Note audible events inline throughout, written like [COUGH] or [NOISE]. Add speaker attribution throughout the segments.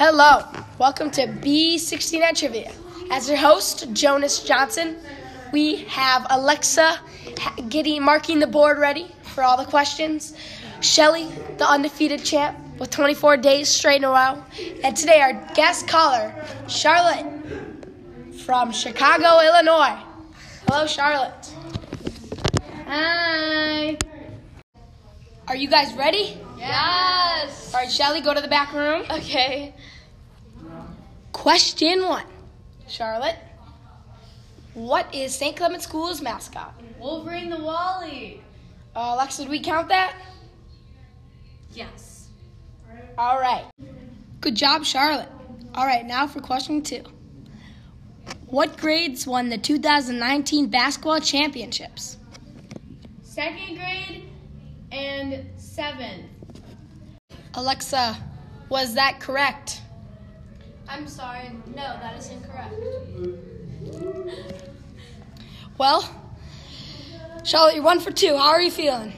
Speaker 1: Hello, welcome to B69 Trivia. As your host, Jonas Johnson, we have Alexa Giddy marking the board ready for all the questions, Shelly, the undefeated champ with 24 days straight in a row, and today our guest caller, Charlotte from Chicago, Illinois. Hello, Charlotte.
Speaker 2: Hi.
Speaker 1: Are you guys ready?
Speaker 2: Yes.
Speaker 1: All right, Shelly, go to the back room.
Speaker 2: Okay.
Speaker 1: Question one. Charlotte, what is St. Clement School's mascot?
Speaker 2: Wolverine the Wally.
Speaker 1: Uh, Alexa, do we count that?
Speaker 2: Yes.
Speaker 1: All right. Good job, Charlotte. All right, now for question two. What grades won the 2019 basketball championships?
Speaker 2: Second grade and seventh.
Speaker 1: Alexa, was that correct?
Speaker 2: I'm sorry. No, that is incorrect.
Speaker 1: Well, Charlotte, you're one for two. How are you feeling?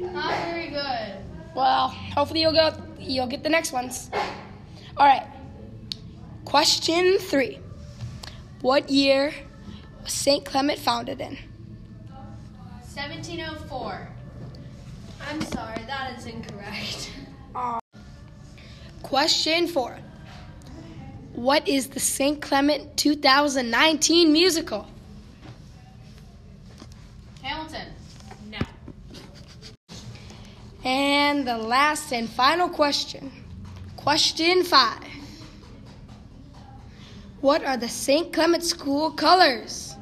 Speaker 2: Not very good.
Speaker 1: Well, hopefully you'll go. You'll get the next ones. All right. Question three. What year was St. Clement founded in?
Speaker 2: 1704. I'm sorry. That is incorrect.
Speaker 1: Question four. What is the St. Clement 2019 musical?
Speaker 2: [LAUGHS] Hamilton. No.
Speaker 1: And the last and final question. Question five. What are the St. Clement school colors?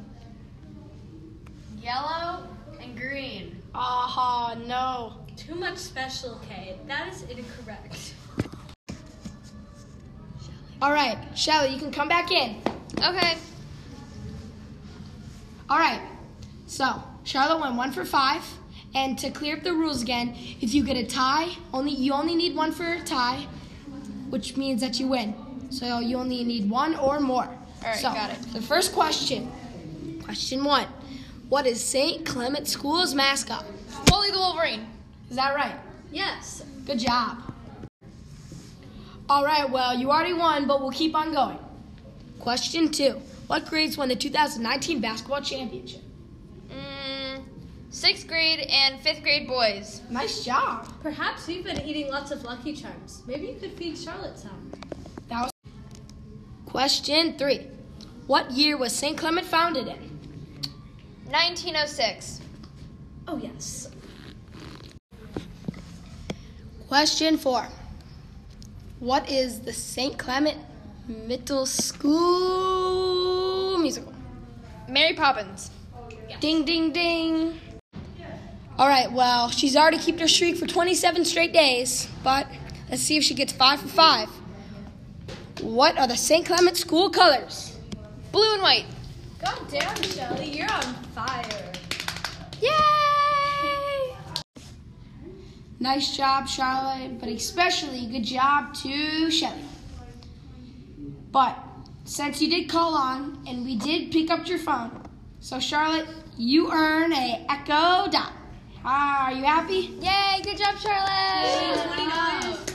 Speaker 2: Yellow and green.
Speaker 1: Aha, no.
Speaker 2: Too much special K. That is incorrect.
Speaker 1: All right, Shelly, you can come back in.
Speaker 2: Okay.
Speaker 1: All right. So Charlotte went one for five, and to clear up the rules again, if you get a tie, only you only need one for a tie, which means that you win. So you only need one or more. All
Speaker 2: right,
Speaker 1: so,
Speaker 2: got it.
Speaker 1: The first question, question one, what is St. Clement School's mascot?
Speaker 2: Wally the Wolverine.
Speaker 1: Is that right?
Speaker 2: Yes.
Speaker 1: Good job. All right, well, you already won, but we'll keep on going. Question two. What grades won the 2019 basketball championship?
Speaker 2: Mm, sixth grade and fifth grade boys.
Speaker 1: Nice job.
Speaker 3: Perhaps you've been eating lots of Lucky Charms. Maybe you could feed Charlotte some.
Speaker 1: That was question three. What year was St. Clement founded in?
Speaker 2: 1906.
Speaker 3: Oh, yes.
Speaker 1: Question four. What is the St. Clement Middle School musical?
Speaker 2: Mary Poppins.
Speaker 1: Ding, ding, ding. All right, well, she's already kept her streak for 27 straight days, but let's see if she gets five for five. What are the St. Clement school colors?
Speaker 2: Blue and white.
Speaker 3: God damn, Shelly, you're on fire.
Speaker 1: Yay! Nice job, Charlotte, but especially good job to Shelly. But since you did call on and we did pick up your phone, so Charlotte, you earn a Echo Dot. Ah, are you happy?
Speaker 2: Yay, good job, Charlotte.
Speaker 3: $20.